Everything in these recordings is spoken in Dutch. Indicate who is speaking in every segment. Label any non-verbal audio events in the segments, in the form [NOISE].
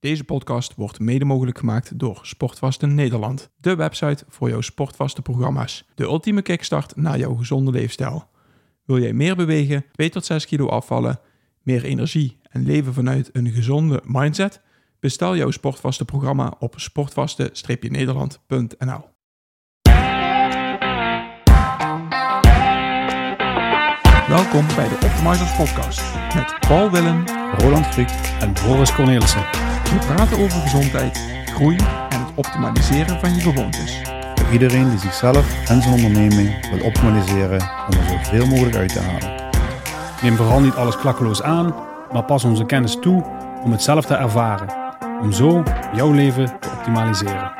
Speaker 1: Deze podcast wordt mede mogelijk gemaakt door Sportvaste Nederland, de website voor jouw sportvaste programma's. De ultieme kickstart naar jouw gezonde leefstijl. Wil jij meer bewegen, 2 tot 6 kilo afvallen, meer energie en leven vanuit een gezonde mindset? Bestel jouw Sportvaste programma op sportvaste-nederland.nl. Welkom bij de Optimizers Podcast met Paul Willem
Speaker 2: Roland Griek en Boris Cornelissen.
Speaker 1: We praten over gezondheid, groei en het optimaliseren van je gewoontes.
Speaker 3: Voor iedereen die zichzelf en zijn onderneming wil optimaliseren om er zoveel mogelijk uit te halen.
Speaker 2: Neem vooral niet alles klakkeloos aan, maar pas onze kennis toe om het zelf te ervaren. Om zo jouw leven te optimaliseren.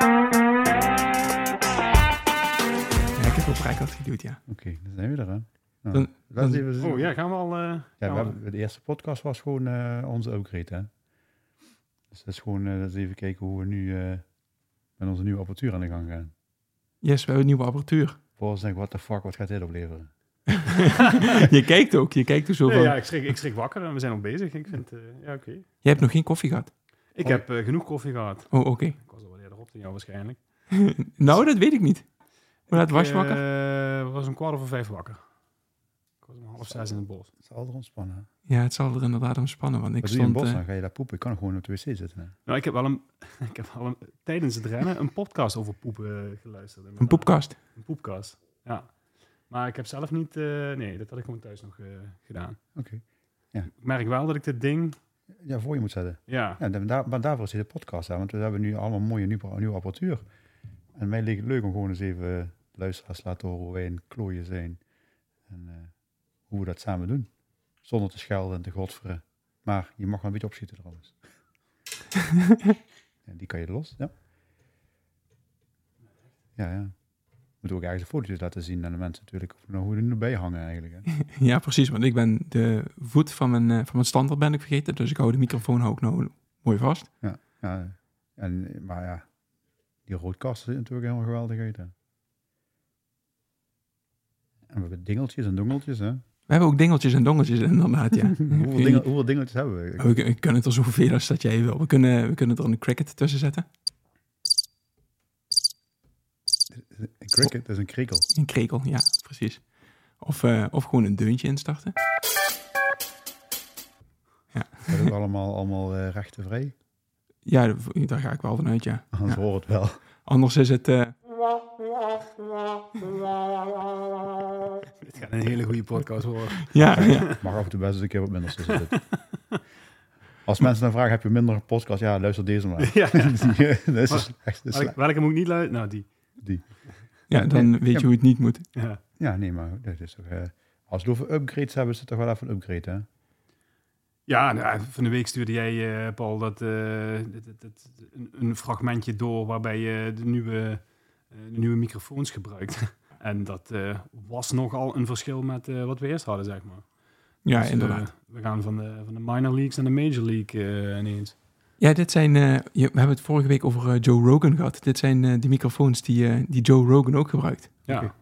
Speaker 1: Ja, ik heb op Rijkaard geduwd, ja.
Speaker 3: Oké, dan zijn we er hè. Nou,
Speaker 1: Dan-
Speaker 3: laat eens
Speaker 1: dan-
Speaker 3: even zien.
Speaker 2: Oh ja, gaan we al. eh,
Speaker 3: Ja, we
Speaker 2: gaan we-
Speaker 3: hebben, de eerste podcast was gewoon eh, onze upgrade hè. Dus dat is gewoon eh, dat is even kijken hoe we nu eh, met onze nieuwe apparatuur aan de gang gaan.
Speaker 1: Yes, we hebben een nieuwe apparatuur.
Speaker 3: Boris denkt, what the fuck, wat gaat dit opleveren?
Speaker 1: [LAUGHS] je kijkt ook, je kijkt er zo
Speaker 2: Nee,
Speaker 1: van.
Speaker 2: ja, ik schrik, ik schrik wakker en we zijn al bezig. Ik vind, eh, ja, oké.
Speaker 1: Je hebt nog geen koffie gehad.
Speaker 2: Ik
Speaker 3: Oh.
Speaker 2: heb eh, genoeg koffie gehad.
Speaker 1: Oh, oké.
Speaker 2: Ik was al wel eerder op dan jou waarschijnlijk.
Speaker 1: Nou, dat weet ik niet. Hoe laat was je
Speaker 2: Ik,
Speaker 1: wakker?
Speaker 2: eh, was een kwart over vijf wakker. Ik was om half zes in het bos.
Speaker 3: Het is altijd ontspannen. hè.
Speaker 1: Ja, het zal er inderdaad om spannen, want ik
Speaker 3: Wat doe je in
Speaker 1: stond...
Speaker 3: het bos
Speaker 1: eh,
Speaker 3: dan? Ga je daar poepen? Ik kan gewoon op de wc zitten. Hè?
Speaker 2: Nou, ik heb wel een, [LAUGHS] ik heb wel een, tijdens het rennen een podcast over poepen eh, geluisterd.
Speaker 1: een
Speaker 2: inderdaad.
Speaker 1: poepkast.
Speaker 2: Een poepkast, ja. Maar ik heb zelf niet... eh, nee, dat had ik gewoon thuis nog eh, gedaan.
Speaker 3: Oké.
Speaker 2: Ik merk wel dat ik dit ding...
Speaker 3: Ja, voor je moet zetten. [LAUGHS]
Speaker 2: Ja,
Speaker 3: Ja, dan- daar, maar daarvoor is de podcast aan, want we hebben nu allemaal mooie nieuwe, nieuwe apparatuur. En mij leek het leuk om gewoon eens even eh, de luisteraars te laten horen hoe wij een klooien zijn. En eh, hoe we dat samen doen. Zonder te schelden en te godveren. Maar je mag wel een beetje opschieten trouwens. en die kan je los, ja. Ja, ja. Moeten we ook ergens de foto's laten zien aan de mensen natuurlijk. Of nou, hoe we er bij hangen eigenlijk. Hè.
Speaker 1: Ja, precies, want ik ben de voet van mijn, eh, van mijn standaard ben ik vergeten, dus ik hou de microfoon ook nou mooi vast.
Speaker 3: Ja, en, maar ja, die roodkast is natuurlijk helemaal geweldig uit. Hè? En we hebben dingeltjes en dongeltjes.
Speaker 2: [LAUGHS]
Speaker 3: Hè?
Speaker 1: We hebben ook dingeltjes en dongeltjes inderdaad,
Speaker 3: [LAUGHS]
Speaker 1: ja. Ik
Speaker 3: Hoeveel,
Speaker 1: weet
Speaker 3: dingel-
Speaker 1: niet. Oh,
Speaker 3: hoeveel dingeltjes hebben we?
Speaker 1: We kun- we kunnen het er zoveel als dat jij wil. We kunnen, we kunnen er een cricket tussen zetten.
Speaker 3: Een cricket, dat is een krekel.
Speaker 1: Een krekel, ja, precies. Of, eh, of gewoon een deuntje instarten.
Speaker 3: Dat is ook allemaal, allemaal eh, rechtenvrij.
Speaker 1: Ja, daar- daar ga ik wel vanuit, ja.
Speaker 3: Anders hoort het wel.
Speaker 1: Anders is het... eh,
Speaker 2: dit gaat een hele goede podcast worden.
Speaker 1: ja, ja,
Speaker 3: Mag af en toe best eens een keer wat minder tussen zitten. Als mensen dan vragen, heb je minder een podcast? Ja, luister deze maar.
Speaker 2: [LAUGHS]
Speaker 3: [LAUGHS]
Speaker 2: [LAUGHS] ja,
Speaker 3: dat is
Speaker 2: Maar-
Speaker 3: slecht. dat is
Speaker 2: welke,
Speaker 3: slecht.
Speaker 2: welke moet ik niet luisteren? Nou, die.
Speaker 1: ja,
Speaker 2: [LAUGHS]
Speaker 1: dan weet je hoe het niet moet.
Speaker 2: Ja.
Speaker 3: Ja, nee, maar dat is toch... eh, als we het over upgrades hebben, is het toch wel even een upgrade, hè?
Speaker 2: Ja, nou, van de week stuurde jij, eh, Paul, dat, eh, dat- dat- dat- een, een fragmentje door waarbij je de nieuwe, eh, de nieuwe microfoons gebruikt. [LAUGHS] En dat eh, was nogal een verschil met eh, wat we eerst hadden, zeg maar.
Speaker 1: Ja,
Speaker 2: Dus, eh,
Speaker 1: inderdaad.
Speaker 2: we gaan van de, van de minor leagues naar de major league eh, ineens.
Speaker 1: Ja, dit zijn... eh, je- we hebben het vorige week over eh, Joe Rogan gehad. Dit zijn eh die microfoons die, eh, die Joe Rogan ook gebruikt.
Speaker 2: Ja.
Speaker 3: Oké.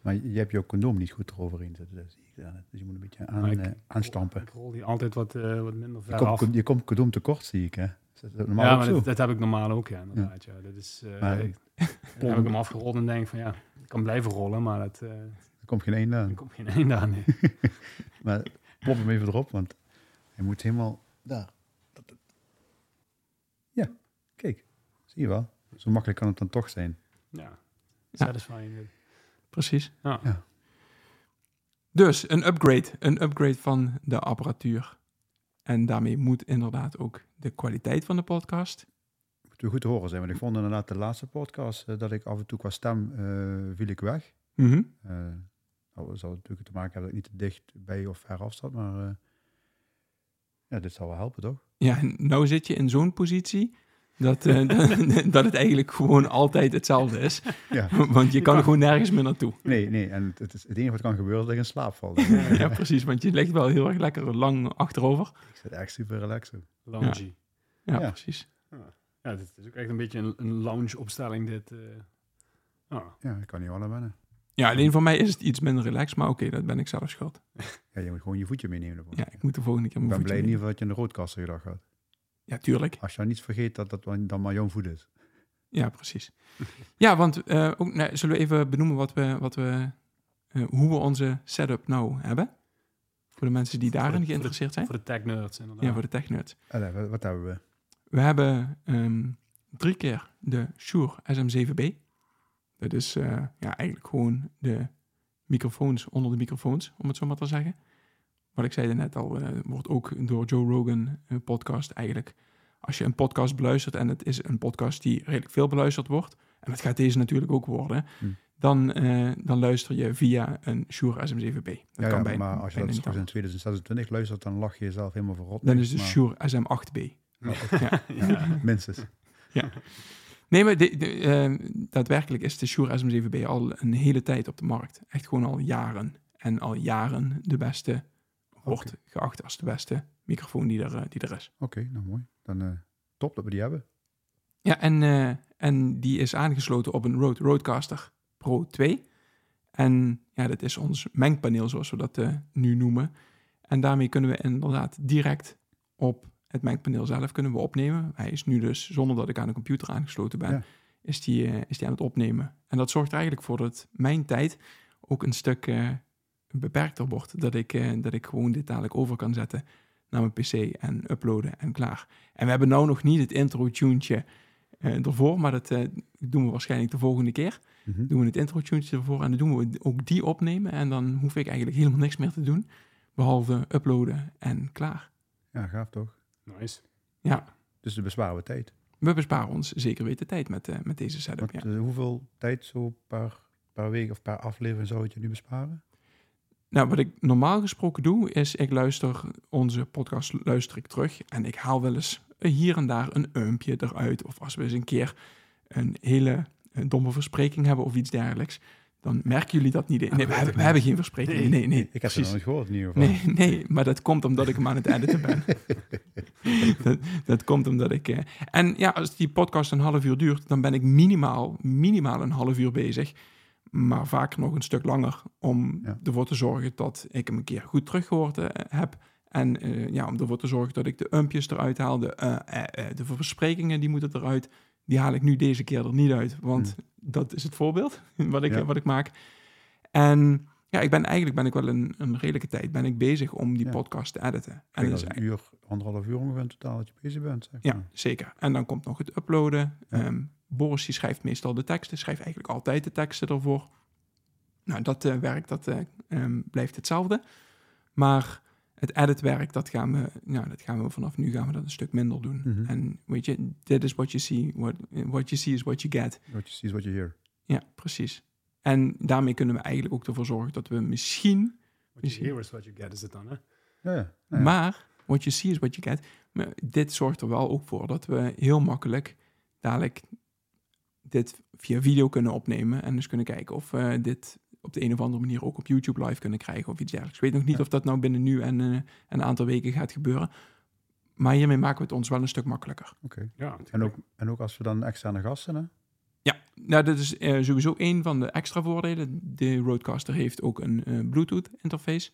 Speaker 3: Maar je hebt je condoom niet goed eroverheen zitten. Dat zie ik daar. Dus je moet een beetje aan,
Speaker 2: Maar ik-
Speaker 3: eh, aanstampen.
Speaker 2: Ik rol die altijd wat, eh, wat minder
Speaker 3: Je
Speaker 2: ver af.
Speaker 3: komt, je komt condoom tekort, zie ik. Hè? Is dat normaal
Speaker 2: ja,
Speaker 3: ook
Speaker 2: maar
Speaker 3: zo?
Speaker 2: dat, dat heb ik normaal ook, ja, inderdaad. Ja. Dat is, eh,
Speaker 3: Maar-
Speaker 2: ik,
Speaker 3: [LAUGHS]
Speaker 2: dan heb ik hem afgerold en denk van ja, ik kan blijven rollen, maar dat, eh
Speaker 3: Er komt geen één
Speaker 2: er
Speaker 3: aan.
Speaker 2: komt geen [LAUGHS] einde aan. nee.
Speaker 3: Maar plop hem even erop, want hij moet helemaal daar. Dat- dat- Ja, kijk. Zie je wel. Zo makkelijk kan het dan toch zijn.
Speaker 2: Ja,
Speaker 1: Ja.
Speaker 2: satisfying. eh,
Speaker 1: Precies.
Speaker 2: Ja.
Speaker 3: Ja.
Speaker 1: Dus een upgrade. Een upgrade van de apparatuur. En daarmee moet inderdaad ook de kwaliteit van de podcast.
Speaker 3: Moet we goed te horen zijn, want ik vond inderdaad de laatste podcast eh, dat ik af en toe qua stem eh, viel ik weg.
Speaker 1: Mhm.
Speaker 3: Eh nou, dat zal natuurlijk te maken hebben dat ik niet te dicht bij of ver af zat, maar eh, ja, dit zal wel helpen, toch?
Speaker 1: Ja, en nou zit je in zo'n positie dat, eh, [LAUGHS] dat- dat het eigenlijk gewoon altijd hetzelfde is.
Speaker 3: Ja.
Speaker 1: Want je kan
Speaker 2: Ja.
Speaker 1: gewoon nergens meer naartoe.
Speaker 3: Nee, nee. En het, het, is, het enige wat kan gebeuren is dat ik in slaap
Speaker 1: [LAUGHS]
Speaker 3: val.
Speaker 1: Ja, precies, want je ligt wel heel erg lekker lang achterover.
Speaker 3: ik zit echt super relaxed. op.
Speaker 2: Lounge. Ja,
Speaker 1: Ja,
Speaker 3: Ja.
Speaker 1: precies.
Speaker 2: dit is ook echt een beetje een, een lounge-opstelling, dit. eh. Ja.
Speaker 3: Ja, ik kan niet wel aan wennen.
Speaker 1: Ja, alleen voor mij is het iets minder relaxed, maar oké, dat ben ik zelf schuld.
Speaker 3: Ja, je moet gewoon je voetje meenemen. ervoor.
Speaker 1: Ja, ik moet de volgende keer
Speaker 3: ik
Speaker 1: mijn
Speaker 3: ben
Speaker 1: voetje
Speaker 3: blij in
Speaker 1: nemen.
Speaker 3: ieder geval dat je in de roodkast gedacht had.
Speaker 1: Ja, tuurlijk.
Speaker 3: Als je dan niet vergeet dat dat dan maar jouw voet is.
Speaker 1: Ja, precies. ja, want eh, ook, nou, zullen we even benoemen wat we, wat we, eh, hoe we onze setup nou hebben? Voor de mensen die
Speaker 2: Voor de-
Speaker 1: daarin
Speaker 2: voor de-
Speaker 1: geïnteresseerd zijn.
Speaker 2: Voor de tech nerds, inderdaad.
Speaker 1: ja, voor de technuts.
Speaker 3: Allee, wat, wat hebben we?
Speaker 1: We hebben ehm, drie keer de Shure SM7B. Dat is eh, ja, eigenlijk gewoon de microfoons onder de microfoons, om het zo maar te zeggen. Wat ik zei net al, eh, wordt ook door Joe Rogan een podcast eigenlijk... Als je een podcast beluistert en het is een podcast die redelijk veel beluisterd wordt... en dat gaat deze natuurlijk ook worden...
Speaker 3: Hm.
Speaker 1: Dan, eh, dan luister je via een Shure SM7B. Dat
Speaker 3: Ja, ja,
Speaker 1: kan bij,
Speaker 3: maar als je
Speaker 1: bijna
Speaker 3: dat
Speaker 1: niet
Speaker 3: straks in
Speaker 1: anders.
Speaker 3: 2026 luistert, dan lach je jezelf helemaal verrot.
Speaker 1: Dan
Speaker 3: Nee,
Speaker 1: is de
Speaker 3: maar-
Speaker 1: Shure SM8B.
Speaker 2: [LAUGHS]
Speaker 1: [LAUGHS]
Speaker 2: Ja.
Speaker 3: Minstens.
Speaker 1: Nee, maar de- de, eh, daadwerkelijk is de Shure SM7B al een hele tijd op de markt. Echt gewoon al jaren. En al jaren de beste wordt geacht als de beste microfoon die er, eh, die er is.
Speaker 3: Oké, nou mooi. Dan eh, top dat we die hebben.
Speaker 1: Ja, en, eh, en die is aangesloten op een Rode Rodecaster Pro 2. En ja, dat is ons mengpaneel, zoals we dat eh, nu noemen. En daarmee kunnen we inderdaad direct op het mengpaneel zelf kunnen we opnemen. Hij is nu dus, zonder dat ik aan de computer aangesloten ben,
Speaker 3: Ja.
Speaker 1: is, die, eh, is die aan het opnemen. En dat zorgt er eigenlijk voor dat mijn tijd ook een stuk eh, beperkter wordt. Dat ik, eh, dat ik gewoon dit dadelijk over kan zetten naar mijn pc en uploaden en klaar. En we hebben nou nog niet het intro-tuntje eh, ervoor, maar dat eh, doen we waarschijnlijk de volgende keer.
Speaker 3: Mhm.
Speaker 1: Doen we het intro-tuntje ervoor en dan doen we ook die opnemen. En dan hoef ik eigenlijk helemaal niks meer te doen, behalve uploaden en klaar.
Speaker 3: Ja, gaaf toch?
Speaker 2: Nice.
Speaker 1: Ja,
Speaker 3: Dus de bezwaren we tijd.
Speaker 1: we besparen ons zeker weten tijd met, eh, met deze setup.
Speaker 3: Want,
Speaker 1: Ja.
Speaker 3: eh, hoeveel tijd zo per, per week of per aflevering zou het je nu besparen?
Speaker 1: Nou, wat ik normaal gesproken doe, is ik luister onze podcast luister ik terug. En ik haal wel eens hier en daar een umpje eruit. Of als we eens een keer een hele eh, domme verspreking hebben of iets dergelijks. Dan merken jullie dat niet. Nee, we hebben, we hebben geen verspreking. Nee, nee,
Speaker 3: Ik heb ze
Speaker 1: precies.
Speaker 3: nog nooit gehoord in ieder geval.
Speaker 1: Nee, nee, maar dat komt omdat ik hem aan het editen ben. dat, dat komt omdat ik... eh, en ja, als die podcast een half uur duurt, dan ben ik minimaal, minimaal een half uur bezig. Maar vaak nog een stuk langer om
Speaker 3: Ja.
Speaker 1: ervoor te zorgen dat ik hem een keer goed teruggehoord eh, heb. En eh, ja, om ervoor te zorgen dat ik de umpjes eruit haal, de, eh, eh, eh, de versprekingen die moeten eruit. Die haal ik nu deze keer er niet uit, want dat is het voorbeeld [LAUGHS] wat ik,
Speaker 3: Hmm. Ja.
Speaker 1: wat ik maak. En ja, ik ben eigenlijk ben ik wel een, een redelijke tijd ben ik bezig om die
Speaker 3: Ja.
Speaker 1: podcast te editen.
Speaker 3: Ik
Speaker 1: En
Speaker 3: denk
Speaker 1: dat
Speaker 3: dat
Speaker 1: is
Speaker 3: een uur, anderhalf uur ongeveer in totaal dat je bezig bent. Zeg
Speaker 1: ja,
Speaker 3: maar.
Speaker 1: zeker. En dan komt nog het uploaden.
Speaker 3: Hmm. Ja.
Speaker 1: Ehm, Boris die schrijft meestal de teksten, schrijft eigenlijk altijd de teksten ervoor. Nou, dat eh, werk dat, eh, ehm, blijft hetzelfde. Maar het editwerk, dat gaan we, nou, dat gaan we vanaf nu gaan we dat een stuk minder doen.
Speaker 3: Mhm.
Speaker 1: En weet je, dit is what you see, what, what you see is what you get.
Speaker 3: What you see is what you hear.
Speaker 1: Ja, precies. En daarmee kunnen we eigenlijk ook ervoor zorgen dat we misschien
Speaker 2: What you
Speaker 1: Misschien.
Speaker 2: hear is what you get, is het dan, hè?
Speaker 3: Ja, ja. Nou ja.
Speaker 1: Maar, what you see is what you get. Maar dit zorgt er wel ook voor dat we heel makkelijk dadelijk dit via video kunnen opnemen. En dus kunnen kijken of we dit op de een of andere manier ook op YouTube live kunnen krijgen of iets dergelijks. Ik weet nog niet
Speaker 3: Ja.
Speaker 1: of dat nou binnen nu en eh, een aantal weken gaat gebeuren. Maar hiermee maken we het ons wel een stuk makkelijker.
Speaker 2: Ja, natuurlijk.
Speaker 3: en, ook, en ook als we dan externe gasten, hè?
Speaker 1: Ja, nou, dat is eh, sowieso een van de extra voordelen. De Rodecaster heeft ook een eh, Bluetooth-interface.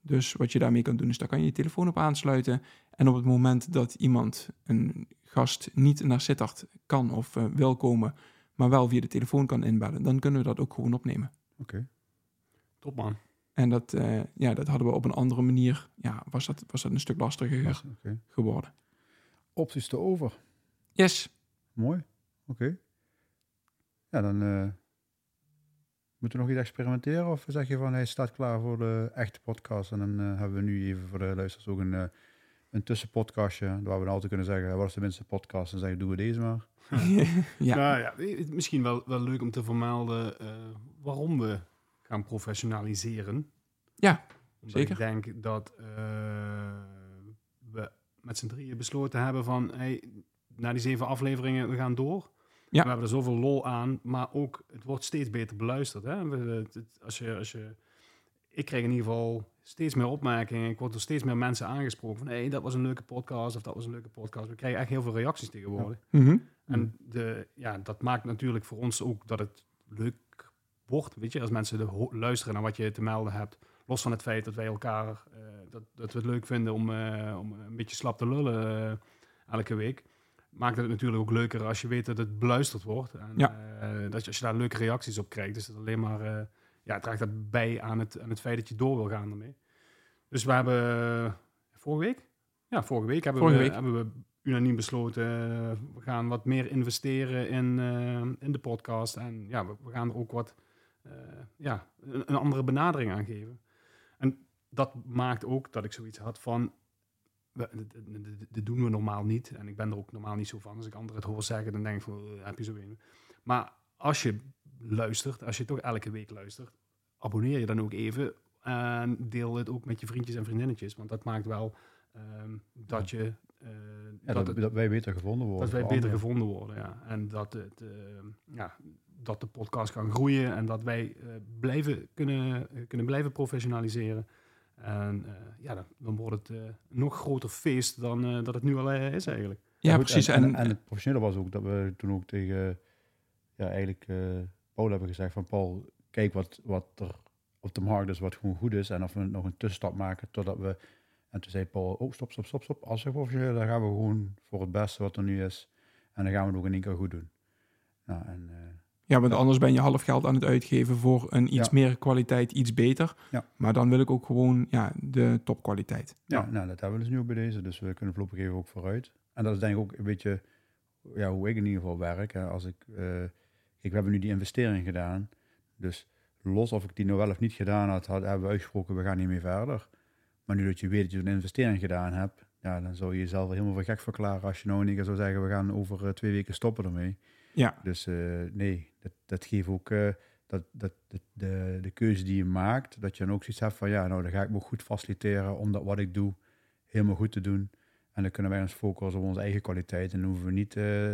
Speaker 1: Dus wat je daarmee kan doen, is daar kan je je telefoon op aansluiten. En op het moment dat iemand, een gast, niet naar Sittard kan of eh, wil komen, maar wel via de telefoon kan inbellen, dan kunnen we dat ook gewoon opnemen.
Speaker 2: Top, man.
Speaker 1: En dat, eh, ja, dat hadden we op een andere manier, ja, was dat, was dat een stuk lastiger
Speaker 3: Oké.
Speaker 1: geworden.
Speaker 3: Opties te over.
Speaker 1: Yes, [LAUGHS]
Speaker 3: Mooi. Oké. Ja, dan eh, moeten we nog iets experimenteren? Of zeg je van, hij staat klaar voor de echte podcast. En dan eh, hebben we nu even voor de luisteraars ook een, eh, een tussenpodcastje. Waar we dan altijd kunnen zeggen, wat is de minste podcast? En zeggen, doen we deze maar.
Speaker 1: Mhm. Ja.
Speaker 2: Nou ja, het- misschien wel, wel leuk om te vermelden eh, waarom we gaan professionaliseren.
Speaker 1: Ja,
Speaker 2: Omdat
Speaker 1: zeker.
Speaker 2: Ik denk dat eh, we met z'n drieën besloten hebben van... Hey, na die zeven afleveringen, we gaan door.
Speaker 1: Ja.
Speaker 2: We hebben er zoveel lol aan, maar ook het wordt steeds beter beluisterd. Hè? We- we- het- het- als je, als je, ik kreeg in ieder geval steeds meer opmerkingen. Ik word door steeds meer mensen aangesproken van... hey, dat was een leuke podcast of dat was een leuke podcast. We krijgen echt heel veel reacties tegenwoordig.
Speaker 1: Mhm.
Speaker 2: En de, ja, dat maakt natuurlijk voor ons ook dat het leuk wordt. Weet je, als mensen de ho- luisteren naar wat je te melden hebt. Los van het feit dat wij elkaar, eh, dat, dat we het leuk vinden om, eh, om een beetje slap te lullen eh, elke week. Maakt het natuurlijk ook leuker als je weet dat het beluisterd wordt. En
Speaker 1: Ja.
Speaker 2: eh, dat je, als je daar leuke reacties op krijgt. Dus dat alleen maar eh, ja, draagt dat bij aan het, aan het feit dat je door wil gaan daarmee. Dus we hebben eh, vorige week? Ja, vorige week hebben,
Speaker 1: Vorige
Speaker 2: we,
Speaker 1: week.
Speaker 2: hebben we unaniem besloten. eh, we gaan wat meer investeren in, eh, in de podcast. En ja, we, we gaan er ook wat eh, ja, een, een andere benadering aan geven. En dat maakt ook dat ik zoiets had van. we- dit- dit- dit- Dit doen we normaal niet. En ik ben er ook normaal niet zo van. Als ik anderen het hoor zeggen, dan denk ik van, eh, heb je zo een. Maar als je luistert, als je toch elke week luistert, abonneer je dan ook even en deel het ook met je vriendjes en vriendinnetjes. Want dat maakt wel ehm, dat je. eh,
Speaker 3: Ja, dat,
Speaker 2: dat het-
Speaker 3: dat wij beter gevonden worden.
Speaker 2: dat wij
Speaker 3: voor
Speaker 2: beter
Speaker 3: anderen.
Speaker 2: gevonden worden, ja. En dat, het, eh, ja, dat de podcast kan groeien en dat wij eh, blijven kunnen, eh, kunnen blijven professionaliseren. En eh, ja, dan, dan wordt het eh, een nog groter feest dan eh, dat het nu al eh, is eigenlijk.
Speaker 1: Ja,
Speaker 3: goed,
Speaker 1: precies.
Speaker 3: En,
Speaker 1: En,
Speaker 3: en, en het professionele was ook dat we toen ook tegen ja, eigenlijk, eh, Paul hebben gezegd van Paul, kijk wat, wat er op de markt is, wat gewoon goed is. En of we nog een tussenstap maken totdat we... En toen zei Paul, oh stop, stop, stop, stop. Als we professioneel, dan gaan we gewoon voor het beste wat er nu is. En dan gaan we het ook in één keer goed doen. Nou, en, eh,
Speaker 1: ja, want
Speaker 3: ja.
Speaker 1: anders ben je half geld aan het uitgeven voor een iets
Speaker 3: Ja.
Speaker 1: meer kwaliteit, iets beter.
Speaker 3: Ja.
Speaker 1: Maar dan wil ik ook gewoon ja, de topkwaliteit.
Speaker 3: Ja,
Speaker 2: Ja.
Speaker 3: nou, dat hebben we dus nu ook bij deze. Dus we kunnen voorlopig even ook vooruit. En dat is denk ik ook een beetje ja, hoe ik in ieder geval werk. hè. Als ik, eh, kijk, we hebben nu die investering gedaan. Dus los of ik die nou wel of niet gedaan had, had hebben we uitgesproken, we gaan niet meer verder. Maar nu dat je weet dat je een investering gedaan hebt, ja, dan zou je jezelf wel helemaal voor gek verklaren als je nou in één keer zou zeggen, we gaan over eh, twee weken stoppen ermee.
Speaker 1: Ja.
Speaker 3: Dus eh, nee, dat, dat geeft ook eh, dat, dat, dat- de, de keuze die je maakt, dat je dan ook zoiets hebt van ja, nou dan ga ik me goed faciliteren om dat wat ik doe helemaal goed te doen. En dan kunnen wij ons focussen op onze eigen kwaliteit. En dan hoeven we niet eh,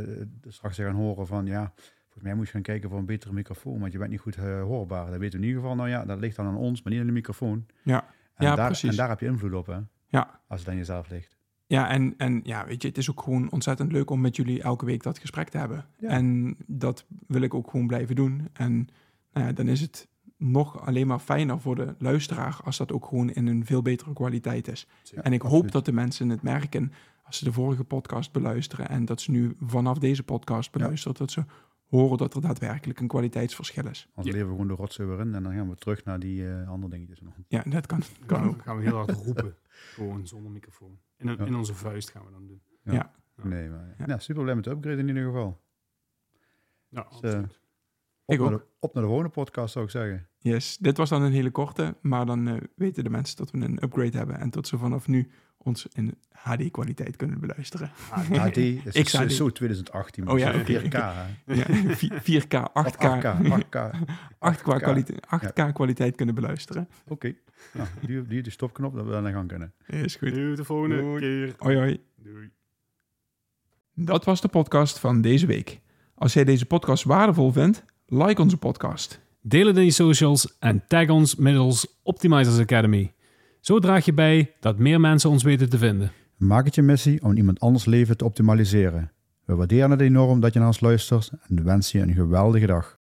Speaker 3: straks te gaan horen van ja, volgens mij moet je gaan kijken voor een betere microfoon, want je bent niet goed eh, hoorbaar. Dat weten we in ieder geval, nou ja, dat ligt dan aan ons, maar niet aan de microfoon.
Speaker 1: Ja.
Speaker 3: en
Speaker 1: Ja,
Speaker 3: daar,
Speaker 1: precies.
Speaker 3: En daar heb je invloed op, hè?
Speaker 1: Ja.
Speaker 3: Als het aan jezelf ligt.
Speaker 1: Ja, en, en ja, weet je, het is ook gewoon ontzettend leuk om met jullie elke week dat gesprek te hebben.
Speaker 3: Ja.
Speaker 1: En dat wil ik ook gewoon blijven doen. En nou ja, dan is het nog alleen maar fijner voor de luisteraar als dat ook gewoon in een veel betere kwaliteit is.
Speaker 2: Zeker.
Speaker 1: en ik hoop
Speaker 3: absoluut.
Speaker 1: dat de mensen het merken als ze de vorige podcast beluisteren en dat ze nu vanaf deze podcast beluisteren, dat ze horen dat er daadwerkelijk een kwaliteitsverschil is.
Speaker 3: Anders
Speaker 2: Ja.
Speaker 3: leven we gewoon de rotzooi weer in en dan gaan we terug naar die eh, andere dingetjes. nog.
Speaker 1: Ja, dat kan, kan
Speaker 2: Dan
Speaker 1: ook.
Speaker 2: gaan we heel hard roepen, gewoon zonder microfoon. In, een-
Speaker 3: Ja.
Speaker 2: in onze vuist gaan we dan doen.
Speaker 3: Nee, maar
Speaker 1: Ja.
Speaker 3: ja. super blij met de upgrade in ieder geval. Op,
Speaker 2: Ja,
Speaker 3: Dus,
Speaker 2: absoluut.
Speaker 1: Ik
Speaker 3: naar
Speaker 1: ook.
Speaker 3: De, op naar de gewone podcast zou ik zeggen.
Speaker 1: Yes, dit was dan een hele korte, maar dan eh, weten de mensen dat we een upgrade hebben en dat ze vanaf nu ons in HD-kwaliteit kunnen beluisteren.
Speaker 2: Ah,
Speaker 3: HD, dat
Speaker 1: [LAUGHS] Ik
Speaker 3: is
Speaker 1: zou
Speaker 3: zo,
Speaker 1: die-
Speaker 3: zo 2018. maar
Speaker 1: Oh ja,
Speaker 3: zo
Speaker 1: oké.
Speaker 3: 4K. hè.
Speaker 1: Ja, 4K, 8K,
Speaker 3: Of 8K.
Speaker 1: [LAUGHS]
Speaker 3: 8K.
Speaker 1: 8K,
Speaker 3: 8K.
Speaker 1: kwaliteit, 8K kwaliteit kunnen beluisteren.
Speaker 3: Oké. Nou, die, die de stopknop, dat we dan gaan kunnen.
Speaker 1: Is goed.
Speaker 2: Doei, de volgende
Speaker 3: Doei.
Speaker 2: keer.
Speaker 1: Hoi hoi.
Speaker 2: Doei.
Speaker 1: Dat was de podcast van deze week. Als jij deze podcast waardevol vindt, like onze podcast.
Speaker 2: Deel het in je socials en tag ons middels Optimizers Academy. Zo draag je bij dat meer mensen ons weten te vinden.
Speaker 3: Maak het je missie om iemand anders leven te optimaliseren. We waarderen het enorm dat je naar ons luistert en wensen je een geweldige dag.